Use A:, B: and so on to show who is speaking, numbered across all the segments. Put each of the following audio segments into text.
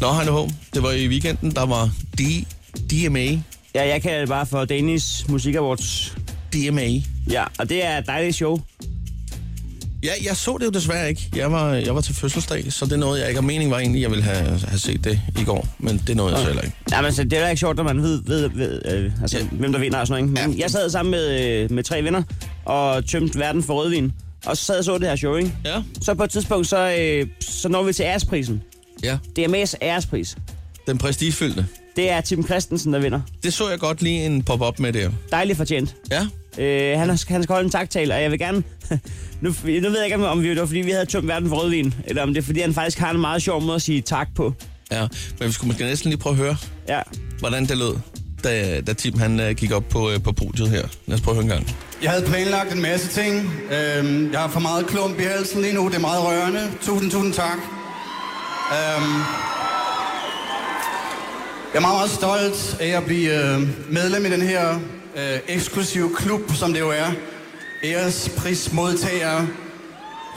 A: Nå, Heino Holm, det var i weekenden, der var D DMA.
B: Ja, jeg kalder det bare for Danish Musik Awards.
A: DMA.
B: Ja, og det er et dejligt show.
A: Ja, jeg så det jo desværre ikke. Jeg var, jeg var til fødselsdag, så det nåede jeg ikke. Og meningen var egentlig, at jeg ville have, have set det i går, men det nåede jeg så heller ikke.
B: Ja, men så det er da ikke sjovt, når man ved, ved, ved øh, altså,
A: Ja.
B: ja. hvem der vinder og sådan noget. Ikke? Men
A: Ja.
B: jeg sad sammen med, øh, med tre venner og tømte verden for rødvin. Og så sad jeg så det her show, ikke?
A: Ja.
B: Så på et tidspunkt, så, øh, så når vi til æresprisen.
A: Ja.
B: DMA's ærespris.
A: Den prestigefyldte.
B: Det er Tim Christensen, der vinder.
A: Det så jeg godt lige en pop-up med der.
B: Dejligt fortjent.
A: Ja.
B: Øh, han, har- han skal holde en taktale, og jeg vil gerne... nu, nu ved jeg ikke, om vi- det var, fordi vi havde tømt verden for rødvin, eller om det er, fordi han faktisk har en meget sjov måde at sige tak på.
A: Ja. Men vi skulle måske næsten lige prøve at høre,
B: Ja.
A: hvordan det lød, da, da Tim han øh, gik op på, øh, på podiet her. Lad os prøve at høre en gang.
C: Jeg havde planlagt en masse ting. Øhm, jeg har for meget klump i halsen lige nu. Det er meget rørende. Tusind, tusind tak. Øhm, jeg er meget, meget stolt af at blive øh, medlem i den her øh, eksklusive klub, som det jo er. Æresprismodtagere,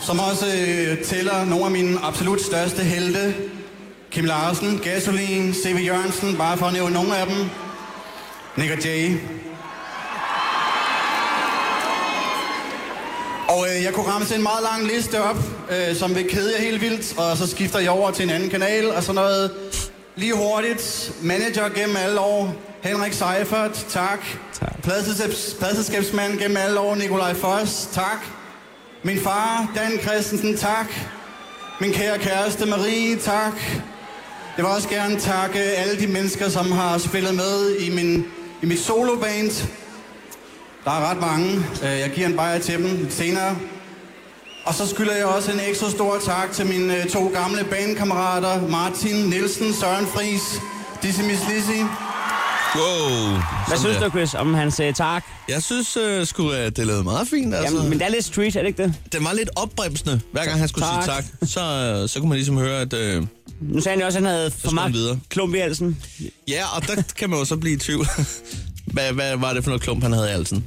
C: som også øh, tæller nogle af mine absolut største helte. Kim Larsen, Gasolin, C.V. Jørgensen, bare for at nævne nogle af dem. Nick og Jay, Og øh, jeg kunne ramse en meget lang liste op, øh, som vil kede jer helt vildt, og så skifter jeg over til en anden kanal, og sådan noget. Lige hurtigt, manager gennem alle år, Henrik Seifert, tak.
B: Tak.
C: Pladselskabs- Pladselskabsmand gennem alle år, Nikolaj Foss, tak. Min far, Dan Christensen, tak. Min kære kæreste Marie, tak. Jeg vil også gerne takke alle de mennesker, som har spillet med i, min, i mit soloband, der er ret mange. Øh, Jeg giver en bajer til dem lidt senere. Og så skylder jeg også en ekstra stor tak til mine øh, to gamle bandkammerater, Martin Nielsen, Søren Friis, Dizzy Miss Lizzy.
A: Wow.
B: Hvad synes du, Chris, om hans uh, tak?
A: Jeg synes øh, sgu, at det lød meget fint. Altså.
B: Jamen, men det er lidt street, er det ikke det?
A: Den var lidt opbremsende, hver gang han skulle tak. sige
B: Tak.
A: tak. Så, øh, så kunne man ligesom høre, at... Øh,
B: Nu sagde han jo også, at han havde for
A: skulle han
B: meget
A: videre.
B: klump i halsen.
A: ja, og der kan man jo så blive i tvivl. hvad, hvad var det for noget klump, han havde i halsen?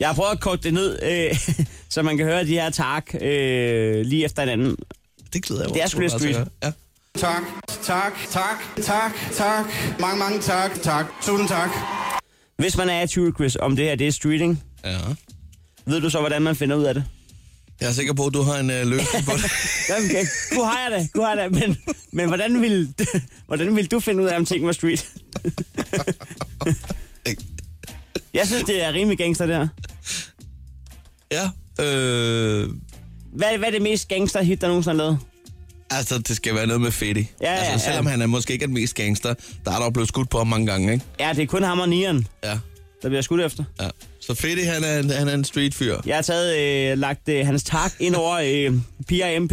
B: Jeg har prøvet at korte det ned, øh, så man kan høre de her tak øh, lige efter hinanden.
A: Det glæder jeg mig
B: Det er sgu lidt
A: også til at
B: street.
A: høre. Ja.
C: Tak, tak, tak, tak, tak. Mange, mange tak, tak. Tusind tak.
B: Hvis man er i tvivl, Chris, om det her det er streeting,
A: ja.
B: ved du så, hvordan man finder ud af det?
A: Jeg er sikker på, at du har en øh, løsning på det.
B: Jamen, okay. Nu har jeg det, nu har jeg det. Men, men hvordan, vil, hvordan vil du finde ud af, om ting var street? Jeg synes, det er rimelig gangster, der.
A: ja. Øh,
B: Hvad, hvad er det mest gangster-hit, der nogensinde er lavet?
A: altså, det skal være noget med Fetty.
B: Ja, ja,
A: altså, selvom
B: ja.
A: han er måske ikke er den mest gangster, der er dog blevet skudt på ham mange gange, ikke?
B: Ja, det er kun ham og nieren,
A: Ja.
B: der bliver skudt efter.
A: ja. Så Fetty, han er, en- han er en streetfyr.
B: Jeg har taget, øh, lagt øh, hans tak ind over øh, PIMP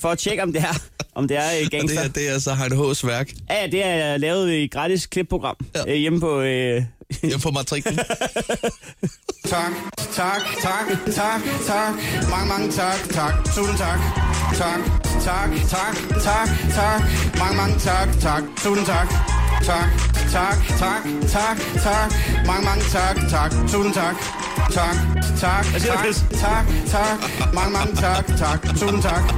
B: for at tjekke, om det er, om det er øh,
A: Og det
B: gangster.
A: her, det er så Heine H's værk.
B: Ja, det har jeg lavet i et gratis klipprogram
A: Ja.
B: ja. øh, hjemme på... Øh,
A: Jeg får matriklen.
C: Tak, tak, tak, tak, tak. Mange, mange tak, tak. Tusind tak. Tak, tak, tak, tak, tak. Mange, mange tak, tak. Tusind tak. Tak, tak, tak, tak, tak. Mange, mange tak, tak. Tusind tak. Tak, tak,
B: siger du,
C: tak,
B: Chris?
C: tak, tak. Mange, mange tak, tak. Tusind tak.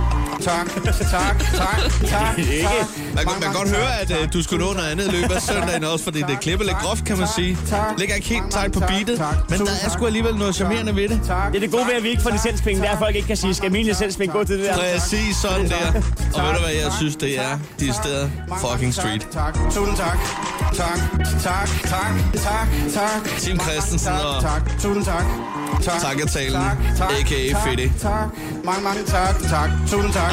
C: Tak, tak, tak, tak,
B: ikke-
C: tak.
A: Man, kan- man
C: Mange,
A: kan
C: mange
A: godt
C: tak,
A: høre, at
C: tak.
A: øh, du skulle nå noget andet i løbet af søndagen også, fordi det er klippet lidt groft, kan man sige. Ligger ikke helt tight på beatet, men der er sgu alligevel noget charmerende ved det.
B: det er det gode ved, at vi ikke får licenspenge, der er at folk ikke kan sige, skal min licenspenge gå til det der?
A: Præcis sådan der. Og ved du hvad, jeg synes, det er de steder fucking street.
C: Tak, tusind tak. Tak, tak, tak, tak, tak.
A: Tim Christensen
C: Mange,
A: og-
C: mange Tak, tak, tusind tak. Tak,
A: Takketalen,
C: tak, tak,
A: a.k.a.
C: tak,
A: Fedte.
C: Tak, mange, mange tak, tak, tusind tak.